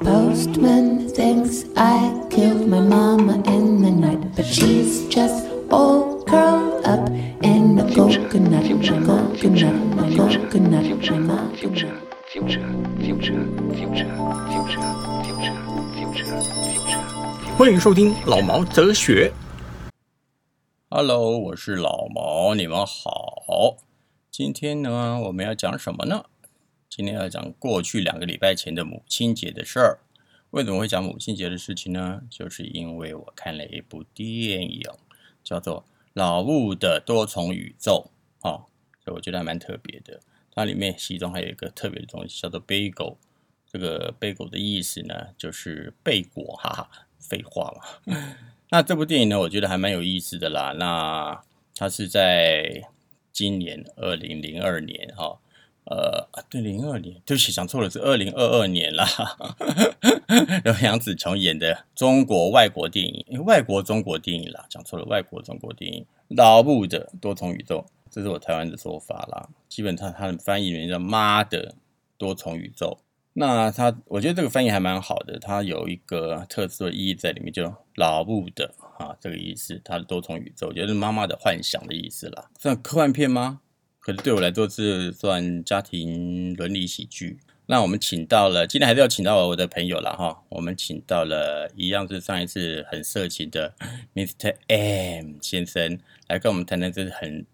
Postman thinks I killed my mama in the night, but she's just all curled up in a coconut, my coconut, my coconut, my mom. future, future, future, future, future, future, future. 欢迎收听老毛哲学。 Hello，我是老毛，你们好。今天呢，我们要讲什么呢？今天要讲过去两个礼拜前的母亲节的事儿。为什么会讲母亲节的事情呢？就是因为我看了一部电影，叫做《老物的多重宇宙》哦，所以我觉得还蛮特别的。它里面其中还有一个特别的东西，叫做 bagel。这个 bagel 的意思呢，就是贝果，哈哈，废话嘛。那这部电影呢，我觉得还蛮有意思的啦。那它是在今年二零零二年哈、呃，啊对，零二年，对不起，讲错了，是二零二二年啦。 由杨紫琼演的中国外国电影，诶外国中国电影啦，讲错了，外国中国电影《老母的多重宇宙》，这是我台湾的说法啦。基本上它的翻译名叫“妈的多重宇宙”。那它，我觉得这个翻译还蛮好的，它有一个特殊的意义在里面，就老布的啊这个意思，它的多重宇宙，我觉得是妈妈的幻想的意思啦。算科幻片吗？可是对我来说是算家庭伦理喜剧。那我们请到了，今天还是要请到我的朋友了哈，我们请到了一样是上一次很色情的 Mr. M 先生来跟我们谈谈这是很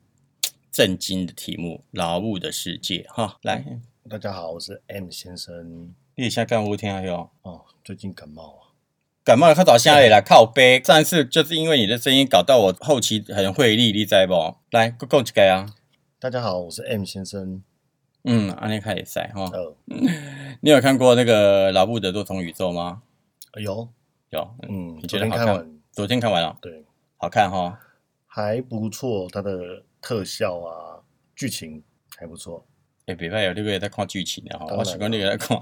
震惊的题目——劳务的世界哈。来，大家好，我是 M 先生。列下干啊我听下哟。哦，最近感冒啊，感冒了，快倒下来啦，靠背。上一次就是因为你的声音搞到我后期很费力，你知不？来，够够一个啊。大家好，我是 M 先生。嗯，安尼开始赛哈。呃，你有看过那个老布的多重宇宙吗？有，有，哎嗯，你觉昨得天好看看完，？昨天看完了，对，好看哈。还不错，它的特效啊，剧情还不错。哎，别派有六个月在看剧情的哈，当然我喜欢六个月在看。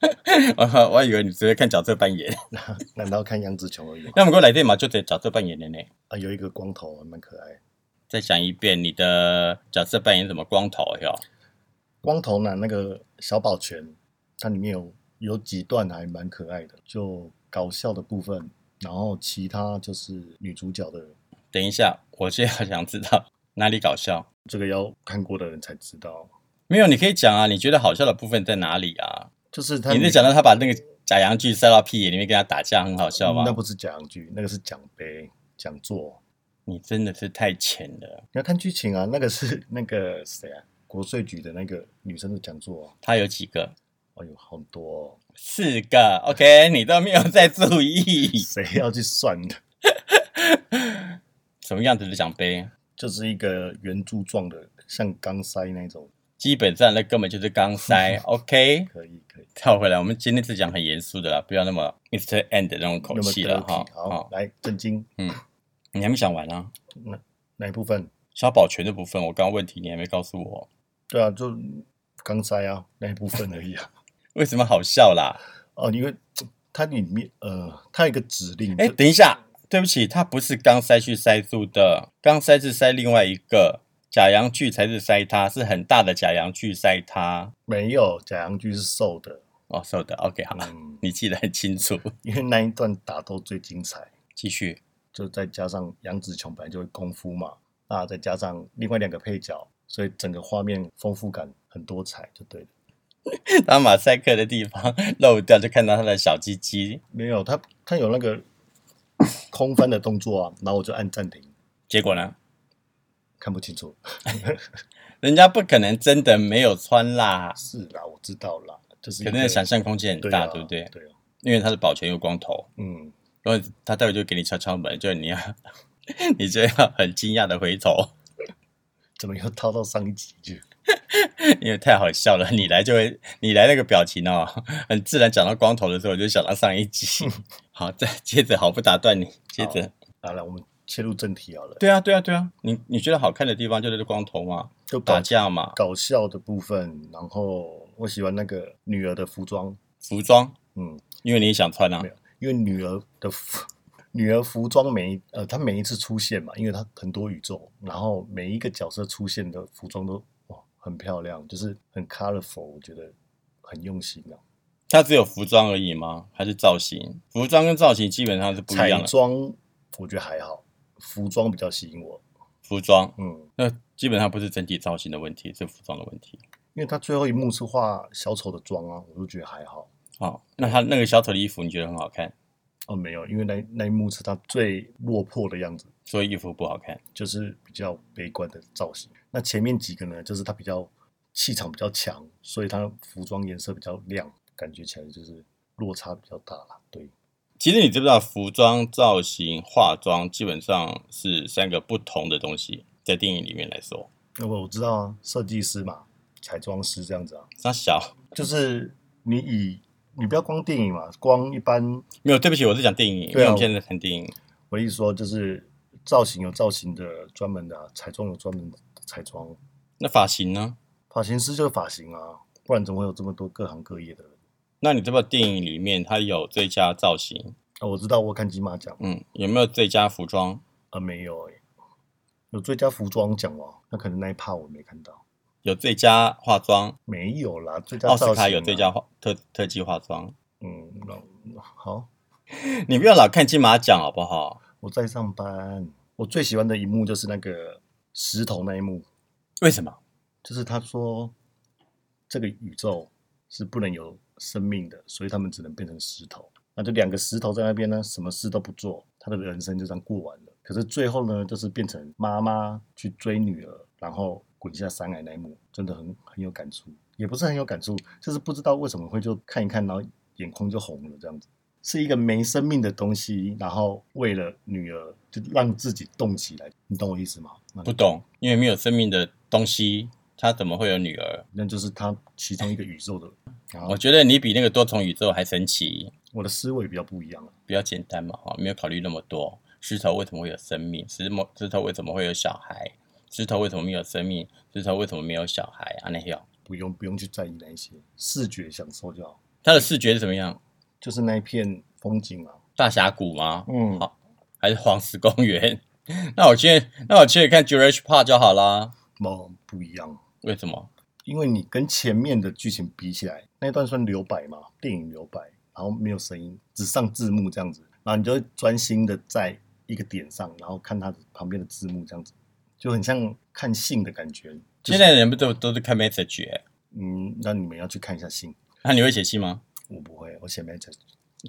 我我以为你只会看角色扮演， 难道看杨紫琼而已吗？要么过来电嘛，就得角色扮演的呢。啊，有一个光头，蛮可爱。再讲一遍，你的角色扮演什么光头哟？光头男那个小保全，它里面有有几段还蛮可爱的，就搞笑的部分，然后其他就是女主角的，等一下，我现在想知道哪里搞笑。这个要看过的人才知道。没有，你可以讲啊，你觉得好笑的部分在哪里啊？就是他你在讲到他把那个假洋剧塞到屁眼里面跟他打架，很好笑吗嗯那？不是讲剧，那个是奖杯、讲座。你真的是太浅了。你要看剧情啊，那个是那个谁啊，国税局的那个女生的讲座、啊。他有几个？哎呦，好多、哦，四个。OK，你都没有在注意谁要去算的？ 什么样子的奖杯？就是一个圆柱状的，像钢塞那种。基本上那根本就是钢 塞。OK，可以，可以。跳回来，我们今天是讲很严肃的啦，不要那么 Mr. End 的那种口那么气了得体哈。好，好，来正经你还没讲完啊？哪一部分？小保全的部分，我刚刚问题你还没告诉我，对啊，就钢塞啊，那一部分而已啊。为什么好笑啦？哦，因为它里面呃，它有一个指令，哎，就等一下，对不起，它不是刚塞去塞住的，刚塞是塞另外一个假洋锯才是塞它，是很大的假洋锯塞它。没有假洋剧是瘦的，哦，收的，OK，好，嗯，你记得很清楚。因为那一段打斗最精彩。继续，就再加上杨紫琼本来就会功夫嘛，那再加上另外两个配角，所以整个画面丰富感很多彩，就对了。当马赛克的地方漏掉，就看到他的小鸡鸡，没有他，他有那个 空翻的动作啊，然后我就按暂停，结果呢，看不清楚。人家不可能真的没有穿啦，是啦，我知道啦，就是一可个能想象空间很对大，啊对不对？对啊，因为他是保全又光头，嗯，然后他待会就给你敲敲门，就你要， 你就要很惊讶的回头。怎么又套到上一集去？因为太好笑了，你来就会，你来那个表情哦，很自然讲到光头的时候，我就想到上一集。好，再接着，好不打断你，接着。嗯好了，我们切入正题好了，对啊，对啊，对啊，你你觉得好看的地方就是光头嘛，就打搞架嘛，搞笑的部分，然后我喜欢那个女儿的服装，服装，嗯，因为你也想穿啊没，有，因为女儿的服。女儿服装每一呃，她每一次出现嘛，因为她很多宇宙，然后每一个角色出现的服装都哇很漂亮，就是很 colorful，我觉得很用心啊。它只有服装而已吗？还是造型？服装跟造型基本上是不一彩样啊的。妆我觉得还好，服装比较吸引我。服装，嗯，那基本上不是整体造型的问题，是服装的问题。因为她最后一幕是化小丑的妆啊，我就觉得还好。哦，那他那个小丑的衣服你觉得很好看，哦，没有，因为那那一幕是她最落魄的样子，所以衣服不好看。就是比较悲观的造型。那前面几个呢，就是她比较气场比较强，所以她服装颜色比较亮，感觉起来就是落差比较大啦。对，其实你知不知道，服装、造型、化妆基本上是三个不同的东西，在电影里面来说，那我我知道啊，设计师嘛，彩妆师这样子啊，那小就是你以你不要光电影嘛，光一般没有，对不起，我是讲电影，因对为啊我们现在在看电影。我一说就是造型有造型的专门的、啊，彩妆有专门的彩妆，那发型呢？发型师就是发型啊，不然怎么会有这么多各行各业的人？那你知不知道电影里面它有最佳造型？啊，我知道我看金马奖嗯，有没有最佳服装？啊，没有哎、有最佳服装奖哦，那可能那一趴我没看到，有最佳化妆？没有啦，最佳奥造型、啊斯卡有最佳，化特特技化妆。嗯，那好，你不要老看金马奖好不好？我在上班，我最喜欢的一幕就是那个石头那一幕，为什么？就是他说这个宇宙是不能有生命的，所以他们只能变成石头。那就两个石头在那边呢，什么事都不做，他的人生就这样过完了。可是最后呢，就是变成妈妈去追女儿，然后滚下山来那一幕，真的很很有感触，也不是很有感触，就是不知道为什么会就看一看，然后眼眶就红了这样子。是一个没生命的东西，然后为了女儿就让自己动起来，你懂我意思吗？那不懂，因为没有生命的东西，它怎么会有女儿？那就是他其中一个宇宙的。然后我觉得你比那个多重宇宙还神奇，我的思维比较不一样了。比较简单嘛，哈，没有考虑那么多。石头为什么会有生命？石头石头为什么会有小孩？石头为什么没有生命？石头为什么没有小孩？啊，那有不用不用去在意那一些视觉享受就好，它的视觉是怎么样？就是那一片风景啊。大峡谷吗？嗯好，还是黄石公园？ 那我去，那我去看 Jurassic Park 就好啦。哦，不一样，为什么？因为你跟前面的剧情比起来，那一段算留白嘛，电影留白，然后没有声音，只上字幕这样子，然后你就会专心的在一个点上，然后看它旁边的字幕这样子，就很像看信的感觉。就现是在人不都都是看 message？欸、嗯，那你们要去看一下信，那、你会写信吗？我不会，我写 message，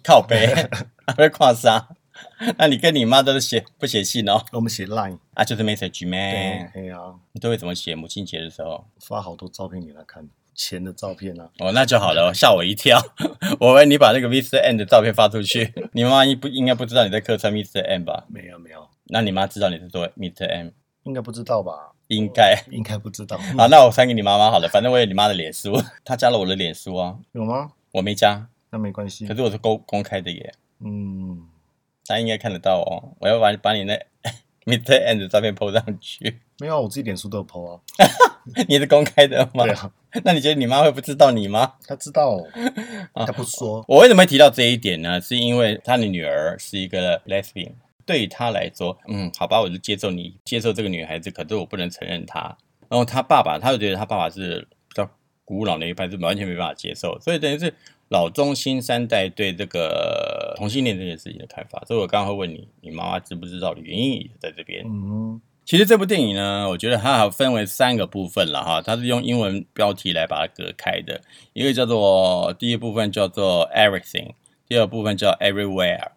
靠 背还会跨沙？那你跟你妈都是写不写信哦？我们写 line，啊，就是 message 对， man，嘿啊，你都会怎么写？母亲节的时候，发好多照片给他看，钱的照片啊，哦，那就好了，吓我一跳。 我以为你把那个 Mr. M 的照片发出去， 你妈应不应该不知道你在客串 Mr. M 吧？没有没有，那你妈知道你是做 Mr. M，应该不知道吧？啊应该。应该不知道。好，那我传给你妈妈好了，反正我有你妈的脸书， 她加了我的脸书啊，有吗？我没加，那没关系可。是我是公公开的耶，嗯，她应该看得到哦。我要把把你那 Mr. M 的照片 PO 上去， 没有啊，我自己脸书都有 PO 啊。你是公开的吗？对啊， 那你觉得你妈会不知道你吗？他知道 哦，他不说。我为什么会提到这一点呢？是因为他的女儿是一个 lesbian，对于他来说，嗯，好吧，我就接受你接受这个女孩子，可是我不能承认她。然后他爸爸，他就觉得他爸爸是比较古老那一派，是完全没办法接受，所以等于是老中新三代对这个同性恋这件事情的看法。所以我刚刚会问你，你妈妈知不知道的原因也在这边。嗯，其实这部电影呢，我觉得它还分为三个部分了哈，它是用英文标题来把它隔开的，一个叫做第一部分叫做 Everything，第二部分叫 Everywhere，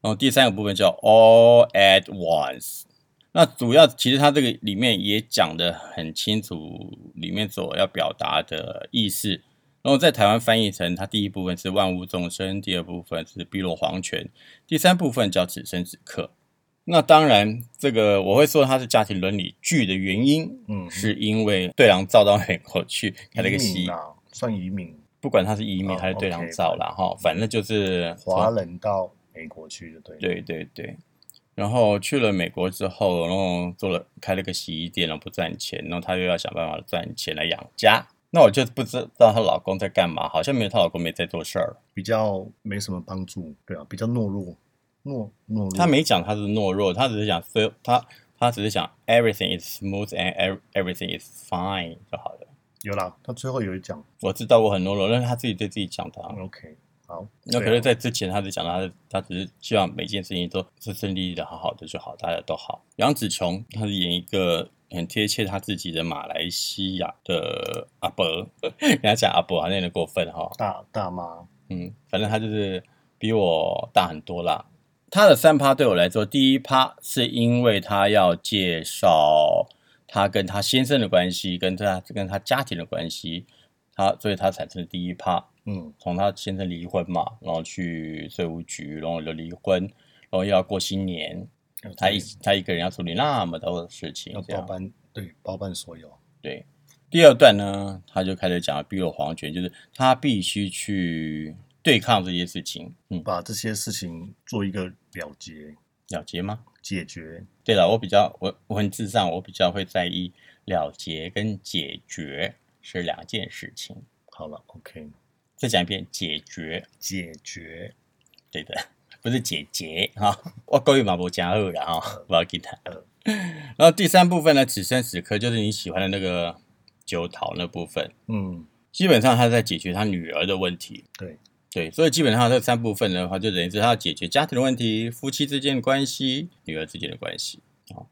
然后第三个部分叫 All at Once。那主要其实它这个里面也讲得很清楚，里面所要表达的意思。然后在台湾翻译成它第一部分是万物众生，第二部分是碧落黄泉，第三部分叫此生此刻。那当然，这个我会说它是家庭伦理剧的原因，嗯是因为对狼照到美国去移看了一个戏民，啊，算移民，不管他是移民哦还是对狼 OK 照啦，哈、反正就是华人到美国去的，啊对。，对对对，然后去了美国之后，然后做了开了个洗衣店，然后不赚钱，然后她又要想办法赚钱来养家。那我就不知道她老公在干嘛，好像没有她老公没在做事儿。比较没什么帮助，对啊，比较懦弱，懦懦弱，他没讲他是懦弱，他只是讲 so 他他只是讲 everything is smooth and ev- everything is fine 就好了。有啦，他最后有一讲我知道我很懦弱，但是他自己对自己讲的啊。 ，OK，好，那可对是，啊在之前他只讲到他，他只是希望每件事情都顺顺利利的、好好的就好，大家都好。杨紫琼，她是演一个很贴切他自己的马来西亚的阿伯， 跟他讲阿伯好像有点过分哈、大大妈嗯，反正他就是比我大很多啦。他的三趴对我来说，第一趴是因为他要介绍他跟他先生的关系，跟他跟他家庭的关系，他所以他产生了第一趴。嗯，从他先生离婚嘛，然后去税务局，然后又离婚，然后又要过新年，要他注一意他一个人要处理那么多的事情要，这包样办，对，包办所有，对。第二段呢，他就开始讲碧落黄泉，就是他必须去对抗这些事情。嗯，把这些事情做一个了结了结吗？解决，对了，我比较我文字上我比较会在意了结跟解决是两件事情。好了，OK，再讲一遍，解决解决，对的， 不是姐姐哈、 我国语嘛无加二啦哈，不要紧他。然后第三部分呢，此生此刻就是你喜欢的那个九桃那部分，嗯，基本上他在解决他女儿的问题。对，对，所以基本上这三部分的话，就等于是他要解决家庭的问题、夫妻之间的关系、女儿之间的关系。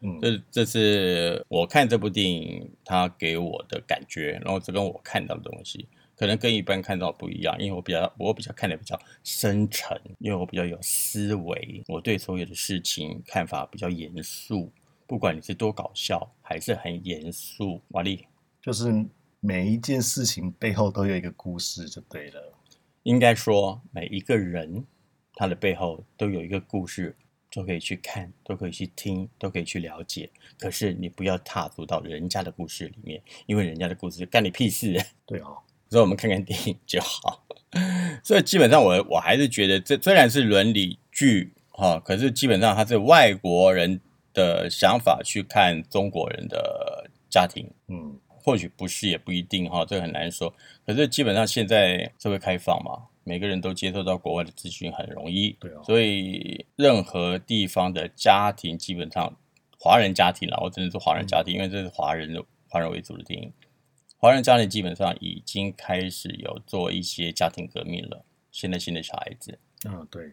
嗯，这这是我看这部电影它给我的感觉，然后这跟我看到的东西可能跟一般看到不一样，因为我比较我比较看的比较深沉，因为我比较有思维，我对所有的事情看法比较严肃，不管你是多搞笑还是很严肃，瓦力就是每一件事情背后都有一个故事，就对了，应该说每一个人他的背后都有一个故事。都可以去看，都可以去听，都可以去了解。可是你不要踏足到人家的故事里面，因为人家的故事干你屁事。 对哦，所以我们看看电影就好。 所以基本上我我还是觉得这虽然是伦理剧哈、可是基本上它是外国人的想法去看中国人的家庭，嗯，或许不是也不一定哈、这个很难说。可是基本上现在社会开放嘛，每个人都接受到国外的资讯很容易，对啊所以任何地方的家庭基本上华人家庭啦，我只能说华人家嗯庭，因为这是华人的华人为主的电影。华人家庭基本上已经开始有做一些家庭革命了。现在新的小孩子，啊，对，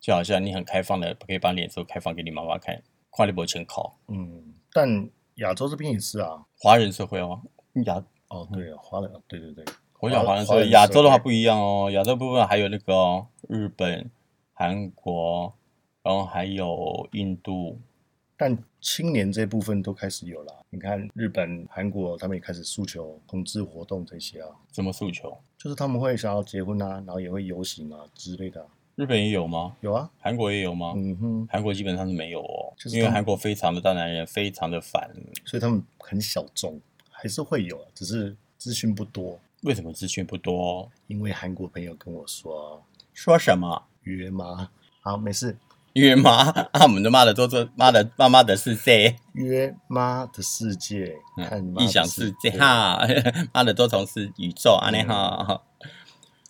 就好像你很开放的，可以把脸书开放给你妈妈看，跨立博全考。嗯，但亚洲这边也是啊，华人社会哦，亚哦，对啊，华人，对对对，我想好像华人是亚洲的话社会不一样哦，亚洲部分还有那个哦、日本、韩国，然后还有印度，但青年这部分都开始有啦。你看日本、韩国，他们也开始诉求同志活动这些啊，什么诉求？就是他们会想要结婚啊，然后也会游行啊之类的啊、日本也有吗？有啊，韩国也有吗？嗯哼，韩国基本上是没有哦，就是因为他们韩国非常的大男人，非常的反。所以他们很小众，还是会有啊，只是资讯不多。为什么资讯不多？因为韩国朋友跟我说说什么？约吗？好，没事，约吗？啊，我们的妈的都做妈的妈妈的是谁？约妈的世界，看嗯妈异的想世界界，嗯哈， 妈的多重是宇宙啊，那哈。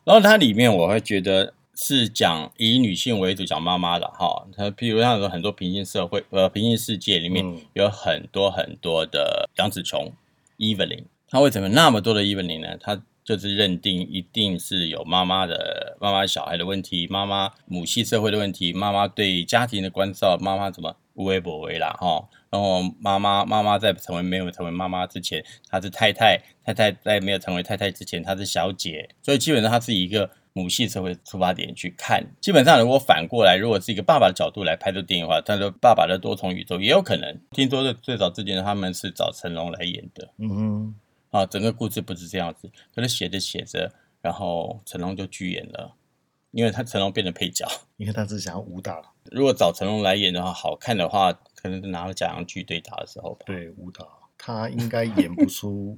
然后它里面我会觉得是讲以女性为主，讲妈妈的哈。它譬如像有很多平行社会，呃，平行世界里面嗯有很多很多的杨紫琼、Evelyn，她为什么那么多的 Evelyn 呢？她就是认定一定是有妈妈的妈妈小孩的问题，妈妈母系社会的问题，妈妈对家庭的关照，妈妈怎么无微不为啦哈。然后妈妈妈妈在成为没有成为妈妈之前，她是太太，太太在没有成为太太之前，她是小姐，所以基本上她是以一个母系社会出发点去看。基本上如果反过来，如果是一个爸爸的角度来拍这个电影的话，他说爸爸的多重宇宙也有可能。听说的最早之前他们是找成龙来演的嗯哼，啊，整个故事不是这样子，可是写着写着，然后成龙就拒演了，因为他成龙变成配角。 因为他只想要武打，如果找成龙来演的话，好看的话，可能是拿了假洋剧对打的时候吧。对武打，他应该演不出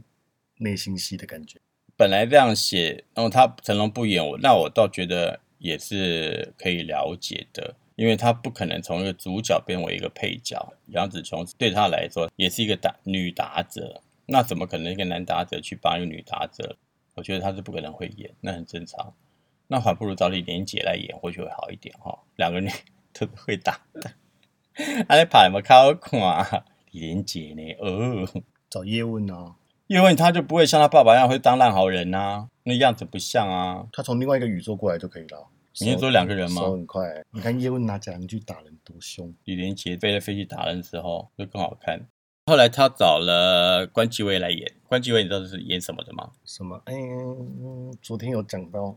内心戏的感觉。本来这样写，然后他成龙不演我，那我倒觉得也是可以了解的，因为他不可能从一个主角变为一个配角。杨紫琼对他来说也是一个打女打者，那怎么可能一个男打者去帮一个女打者？我觉得他是不可能会演，那很正常。那还不如找李连杰来演，或许会好一点哈、两个女特别会打 的。安尼拍嘛较好看，李 连杰呢？哦，找叶问啊，因为他就不会像他爸爸一样会当烂好人呐、那样子不像啊。他从另外一个宇宙过来就可以了。你是说两个人吗手很快、你看叶问拿假人去打人多凶，李连杰飞来飞去打人的时候就更好看。后来他找了关继威来演，关继威你知道是演什么的吗？什么？哎、嗯昨天有讲到，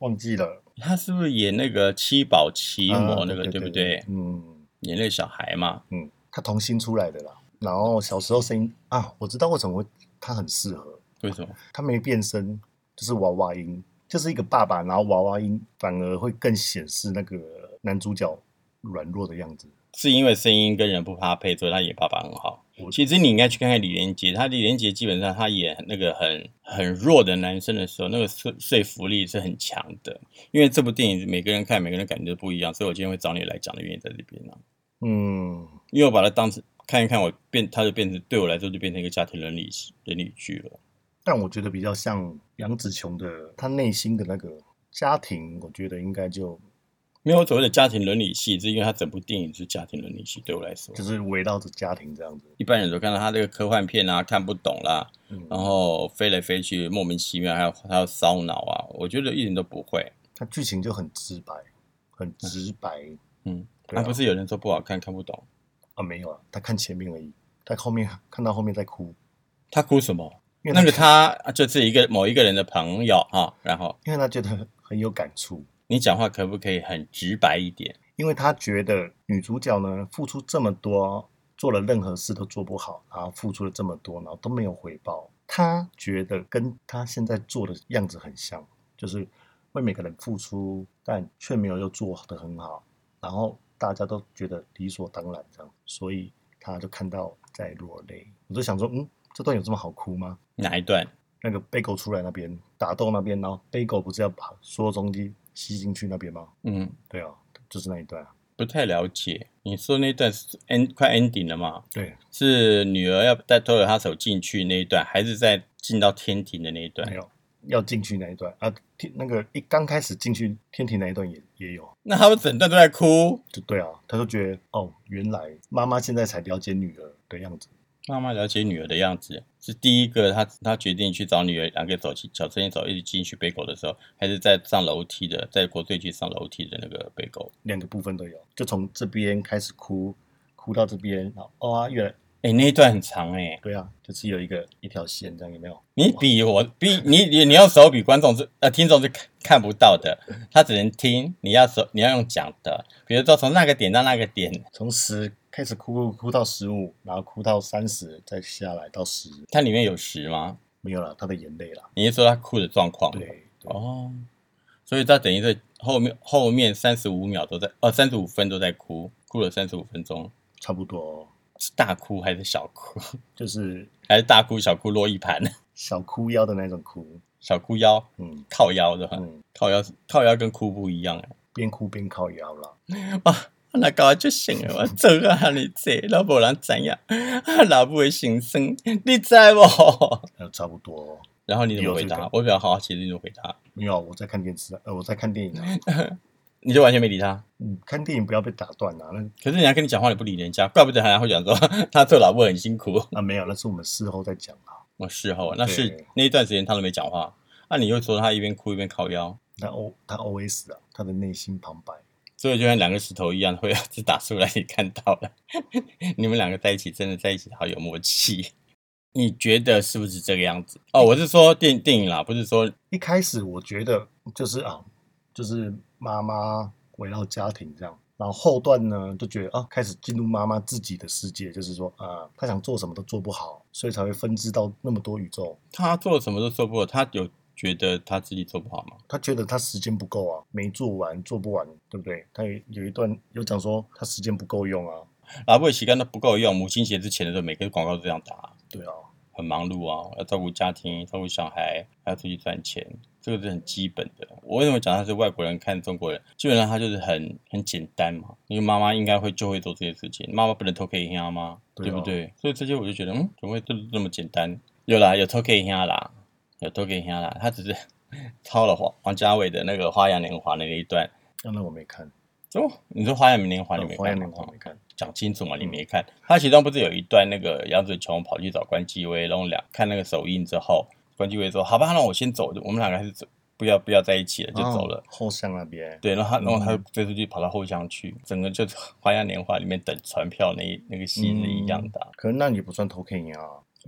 忘记了。他是不是演那个七宝奇啊魔那个、对不对？嗯。演那个小孩嘛，嗯，他童星出来的啦。然后小时候声音啊，我知道为什么会他很适合，为什么？他没变声，就是娃娃音，就是一个爸爸，然后娃娃音反而会更显示那个男主角软弱的样子。是因为声音跟人不搭配，所以他演爸爸很好我。其实你应该去看看李连杰，他李连杰基本上他演那个很很弱的男生的时候，那个说说服力是很强的。因为这部电影每个人看每个人感觉都不一样，所以我今天会找你来讲的原因在这边呢、嗯，因为我把它当成看一看，我变它就变成对我来说就变成一个家庭伦理伦理剧了。但我觉得比较像杨紫琼的，她内心的那个家庭，我觉得应该就没有所谓的家庭伦理戏，是因为它整部电影是家庭伦理戏，对我来说就，是围绕着家庭这样子。一般人都看到他这个科幻片啊，看不懂啦，嗯，然后飞来飞去，莫名其妙，还要还要烧脑啊，我觉得一点都不会。它剧情就很直白，很直白。嗯，对那、啊不是有人说不好看，看不懂，啊，没有啊，他看前面而已，他后面看到后面在哭，他哭什么？因为那个看他就是一个某一个人的朋友啊，然后因为他觉得很有感触，你讲话可不可以很直白一点？因为他觉得女主角呢付出这么多，做了任何事都做不好，然后付出了这么多，然后都没有回报，他觉得跟他现在做的样子很像，就是为每个人付出，但却没有又做得很好，然后大家都觉得理所当然这样，所以他就看到在落泪，我就想说，嗯，这段有这么好哭吗？哪一段？那个贝狗出来那边打斗那边，然后贝狗不是要把所有东西吸进去那边吗？嗯，对啊，就是那一段啊。不太了解。你说那段是 end 快 ending 了嘛？对，是女儿要带拖着她手进去那一段，还是在进到天庭的那一段没？有要进去那一段啊，天那个一刚开始进去天庭那一段也也有，那他们整段都在哭。就对啊，他就觉得哦，原来妈妈现在才了解女儿的样子。妈妈了解女儿的样子，是第一个她她决定去找女儿，两个手牵小牵手一起进去背狗的时候，还是在上楼梯的，在国税局上楼梯的那个背狗？两个部分都有，就从这边开始哭，哭到这边，然后哦啊，原来哎、那一段很长哎、对啊，就是有一个一条线这样，有没有？你比我比你你你用手比观众是呃听众是看看不到的，他只能听，你要手你要用讲的，比如说从那个点到那个点，从十开始哭哭哭到十五，然后哭到三十，再下来到十，它里面有十吗？没有了，他的眼泪了。你是说他哭的状况吗？对，对哦，所以他等于在后面后面三十五秒都在，哦，三十五分都在哭，哭了三十五分钟，差不多是大哭还是小哭？就是还是大哭小哭落一盘，小哭腰的那种哭，小哭腰嗯靠腰的，嗯，靠腰靠腰跟哭不一样啊！边哭边靠腰了。哇，那搞就行了，我做啊 你这，都无人知影，啊老母的心声，你知无？呃，差不多。然后你怎么回有这答个？我比较好奇，你怎么回答？没有，我在看电视啊，呃，我在看电影啊。你就完全没理他。嗯，看电影不要被打断啊。那可是人家跟你讲话，你不理人家，怪不得人家会讲说 他做老婆很辛苦。啊没有，那是我们事后再讲啊。我事后那对是那一段时间他都没讲话，那、你又说他一边哭一边靠腰，那 O 他 OS 啊，他的内心旁白，所以就像两个石头一样，会是打出来你看到了。 你们两个在一起真的在一起好有默契，你觉得是不是这个样子？哦，我是说电电影啦，不是说一开始我觉得就是啊，就是妈妈围绕家庭这样，然后后段呢就觉得啊，开始进入妈妈自己的世界，就是说啊，她想做什么都做不好，所以才会分支到那么多宇宙。他做什么都做不好，他有觉得他自己做不好吗？她觉得她时间不够啊，没做完，做不完，对不对？她有有一段有讲说她时间不够用啊，拿破的旗杆都不够用，母亲节之前的时候，每个广告都这样打，对啊，很忙碌啊，要照顾家庭，照顾小孩，还要出去赚钱，这个是很基本的。我为什么讲他是外国人看中国人？基本上他就是很很简单嘛，因为妈妈应该会就会做这些事情，妈妈不能偷给人家吗？对啊不对？所以这些我就觉得，嗯，怎么会这这么简单？有啦，有偷给人家啦，有偷给人家啦， 他只是抄了黄黄家卫的那个《花样年华》那一段，那那我没看，啊怎么？你说《花样年华》你没看吗？哦花样年华没看，讲清楚嘛，你没看。他其中不是有一段那个杨紫琼跑去找关继威，然后两看那个首映之后，关继威说：“好吧，那我先走，我们两个还是走，不要不要在一起了，就走了。哦后巷那边，对，然后他，然后他嗯追出去跑到后巷去，整个就是《花样年华》里面等传票那一那个戏是一样的啊。可能那也不算偷 K 啊。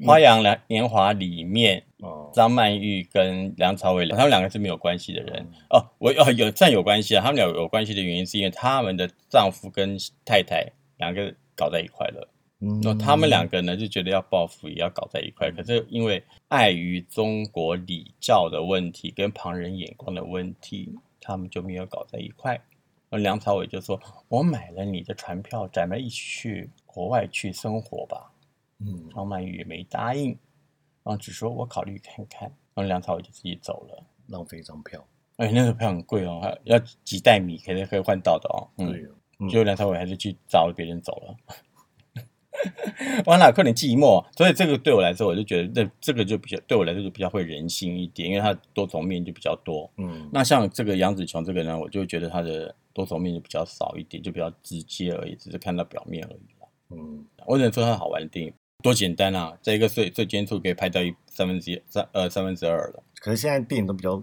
花样年年华》里面，哦，张曼玉跟梁朝伟，他们两个是没有关系的人嗯哦。我哦有算有关系啊，他们俩有关系的原因是因为他们的丈夫跟太太两个搞在一块了。嗯那他们两个呢就觉得要报复，也要搞在一块。可是因为碍于中国礼教的问题跟旁人眼光的问题，他们就没有搞在一块。而梁朝伟就说：“我买了你的船票，咱们一起去国外去生活吧。”嗯，张曼玉也没答应，然后只说：“我考虑看看。”然后梁朝伟就自己走了。浪费一张票，哎，那个票很贵哦，还要几袋米可以可以换到的哦。嗯，对哦，嗯就梁朝伟还是去找别人走了。完了，快点寂寞。啊所以这个对我来说，我就觉得这这个就比较对我来说就比较会人性一点，因为他多重面就比较多。嗯，那像这个杨紫琼这个呢，我就觉得她的多重面就比较少一点，就比较直接而已，只是看到表面而已啦。嗯，我只能说它好玩的电影多简单啊，在一个最最尖处可以拍到一三分之一三呃三分之二了，可是现在电影都比较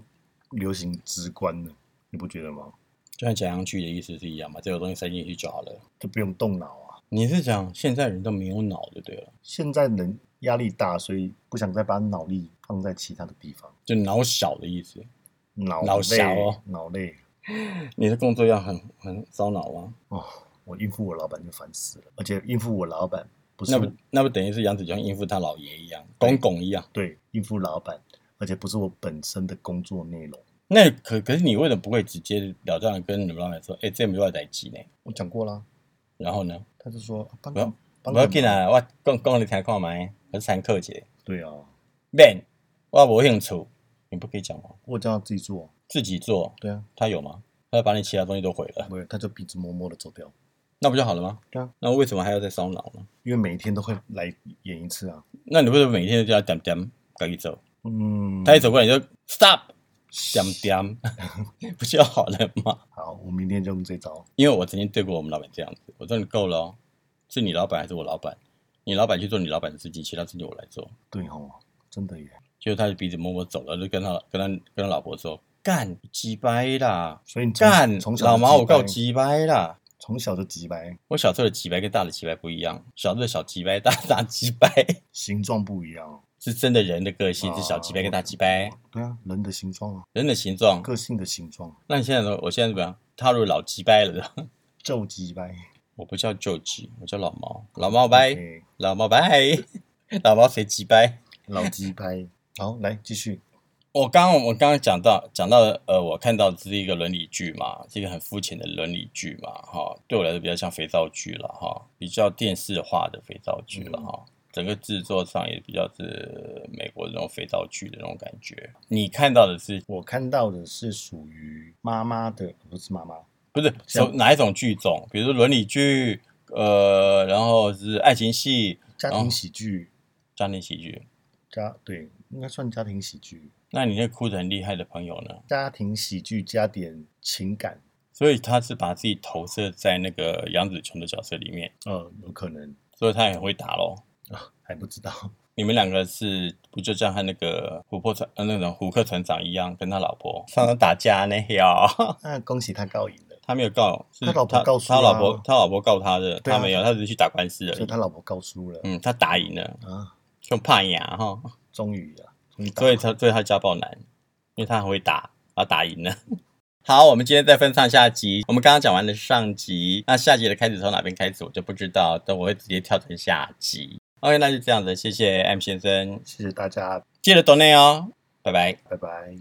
流行直观的，你不觉得吗？就像假洋剧的意思是一样嘛，这个东西塞进去就好了。就不用动脑啊。你是讲现在人都没有脑就对了，现在人压力大，所以不想再把脑力放在其他的地方，就脑小的意思。脑脑小累哦，脑累你的工作要很很啊烧脑吗？哦。我应付我老板就烦死了，而且应付我老板不是那不那不等于是杨子琼应付他老爷一样，公公一样。对应付老板，而且不是我本身的工作内容。那可可是你为什么不会直截了当的跟你们老板说，哎、这没有代机呢？我讲过啦，然后呢，他就说啊帮不要个不帮要个紧忙，啊，我讲讲你听看麦，我是常客姐对啊， ，man，我无兴趣，你不可以讲吗？我叫他自己做，自己做，对啊，他有吗？他把你其他东西都毁了，没有他就鼻子摸摸的走掉，那不就好了吗？对啊，那为什么还要再烧脑呢？因为每一天都会来演一次啊。那你为什么每天都叫他点点赶紧走？嗯，他一走过来你就 stop 点 点，不就好了吗？好，我明天就用这招。因为我曾经对过我们老板这样子，我说你够了、哦，是你老板还是我老板？你老板去做你老板的事情，其他事情我来做。对哦，真的耶。结果他的鼻子摸摸走了，就跟他跟他跟他老婆说：“干鸡掰啦，所以你从干从小老毛我告急，鸡掰啦。从小就急白，”我小时候的鸡掰跟大的鸡掰不一样，小时候的小鸡掰，大的大鸡掰，形状不一样。 是真的人的个性是小鸡掰跟大鸡掰，对啊，人的形状啊，人的形状。个性的形状，那你现在呢？我现在怎么样？踏入老鸡掰了， 就急白。我不叫旧鸡，我叫老毛，老毛掰， OK，老毛掰， 老毛谁鸡掰？老急白。好，来继续。我刚我刚刚讲到讲到呃，我看到的是一个伦理剧嘛，是一个很肤浅的伦理剧嘛，哈，对我来说比较像肥皂剧了哈，比较电视化的肥皂剧了哈。整个制作上也比较是美国那种肥皂剧的那种感觉。你看到的是我看到的是属于妈妈的，不是妈妈，不是像什哪一种剧种？比如说伦理剧，呃，然后是爱情戏、家哦庭喜剧，家庭喜剧。家对，应该算家庭喜剧，那你那哭得很厉害的朋友呢？家庭喜剧加点情感，所以他是把自己投射在那个杨紫琼的角色里面，呃，有可能所以他也很会打咯。啊，还不知道。 你们两个是不就像他那个琥珀船呃那种虎克船长一样，跟他老婆上场打架那样？那啊恭喜他告赢了， 他没有告，是他老婆告诉他他老婆他老婆告他的，对啊他没有，他只是去打官司而所以已。他老婆告输了嗯，他打赢了，啊，就怕牙哈，终于啊，终于打所以了他所以他家暴男，因为他很会打，他打赢了。 好，我们今天再分上下集。我们刚刚讲完了上集，那下集的开始从哪边开始我就不知道，等我会直接跳成下集。OK，那就这样子，谢谢 M 先生，谢谢大家，记得 donate 哦，拜拜。拜拜。